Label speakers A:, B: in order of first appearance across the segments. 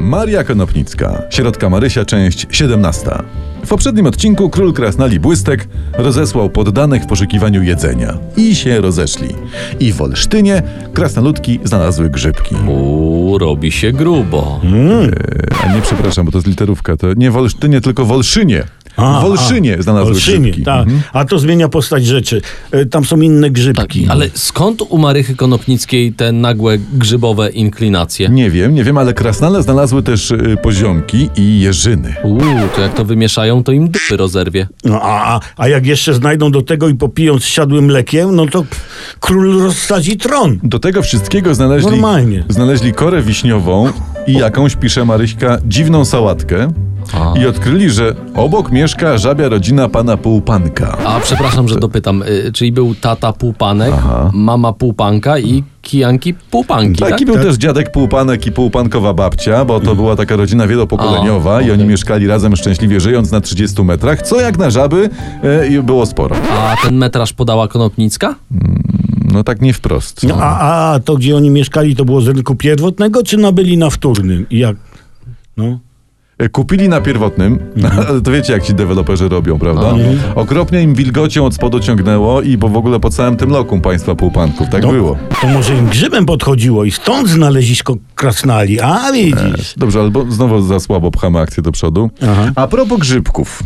A: Maria Konopnicka. Środka Marysia, część 17. W poprzednim odcinku król krasnali błystek rozesłał poddanych w poszukiwaniu jedzenia. I się rozeszli. I w Olsztynie krasnoludki znalazły grzybki.
B: Uuu, robi się grubo.
A: A nie, przepraszam, bo to jest literówka. To nie w Olsztynie, tylko w Olszynie.
C: A,
A: w Olszynie znalazły
C: Olszynie,
A: grzybki. Mhm.
C: tak. A to zmienia postać rzeczy. E, Tam są inne
A: Tak,
C: grzybki.
B: Ale skąd u Marychy Konopnickiej te nagłe grzybowe inklinacje?
A: Nie wiem, nie wiem, ale krasnale znalazły też y, poziomki i jeżyny.
B: Uuu, to jak to wymieszają, to im dupy rozerwie.
C: No, a, a, a jak jeszcze znajdą do tego i popiją z siadłym mlekiem, no to król rozsadzi tron.
A: Do tego wszystkiego znaleźli,
C: Normalnie.
A: znaleźli korę wiśniową i jakąś, pisze Maryśka, dziwną sałatkę. I odkryli, że obok mieszka żabia rodzina pana Półpanka.
B: A przepraszam, że dopytam, y, czyli był tata półpanek, mama półpanka i kijanki półpanki, tak? Mm.
A: Taki był też dziadek Półpanek i Półpankowa babcia, bo to była taka rodzina wielopokoleniowa
B: A,
A: i oni
B: okej.
A: mieszkali razem szczęśliwie żyjąc na 30 metrach, co jak na żaby e, i było sporo.
B: A ten metraż podała Konopnicka?
A: No tak nie wprost.
C: No, a, a to, gdzie oni mieszkali, to było z rynku pierwotnego, czy nabyli na wtórnym? I jak? No.
A: E, Kupili na pierwotnym, ale to wiecie jak ci deweloperzy robią, prawda? Okropnie im wilgocią od spodu ciągnęło i bo w ogóle po całym tym lokum państwa półpanków, tak
C: No,
A: było.
C: To może im grzybem podchodziło i stąd znalezisko krasnali. A widzisz.
A: Dobrze, albo znowu za słabo pchamy akcję do przodu.
C: Aha.
A: A propos grzybków.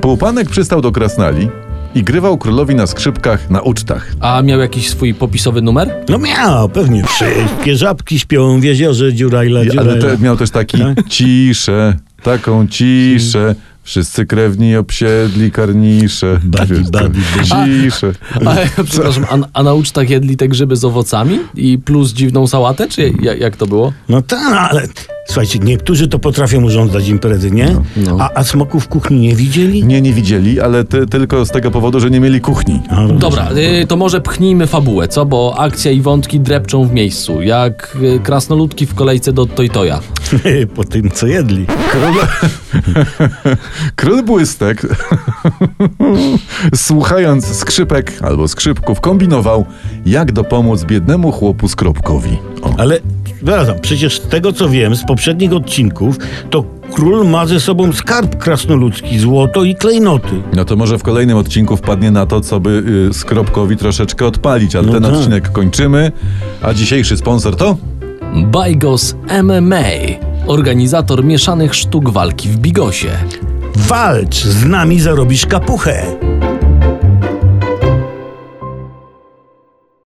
A: Półpanek przystał do Krasnali i grywał królowi na skrzypkach na ucztach.
B: A miał jakiś swój popisowy numer?
C: No miał, pewnie. Wszystkie żabki śpią w jeziorze dziurajla, dziurajla.
A: Ale te, miał też taki ciszę, taką ciszę. Wszyscy krewni obsiedli karnisze.
C: Badi,
A: Wiesz, to-
C: badi, badi.
A: Ciszę.
B: A, przepraszam, a, a na ucztach jedli te grzyby z owocami i plus dziwną sałatę, czy ja- jak to było?
C: No tak, no ale słuchajcie, niektórzy to potrafią urządzać imprezy, nie?
B: No.
C: A, a smoków w kuchni nie widzieli?
A: Nie, nie widzieli, ale ty, tylko z tego powodu, że nie mieli kuchni.
C: A,
B: Dobra, y, to może pchnijmy fabułę, co? Bo akcja i wątki drepczą w miejscu, jak y, krasnoludki w kolejce do Tojtoja.
C: po tym, co jedli.
A: Król, Król Błystek, słuchając skrzypek albo skrzypków, kombinował, jak dopomóc biednemu chłopu Skropkowi. O.
C: Ale, przepraszam, przecież z tego, co wiem z poprzednich odcinków, to król ma ze sobą skarb krasnoludzki, złoto i klejnoty.
A: No to może w kolejnym odcinku wpadnie na to, co by y, Skropkowi troszeczkę odpalić, ale
C: No
A: ten
C: tak.
A: odcinek kończymy. A dzisiejszy sponsor to?
B: Bajgos MMA, organizator mieszanych sztuk walki w Bigosie.
C: Walcz, z nami zarobisz kapuchę.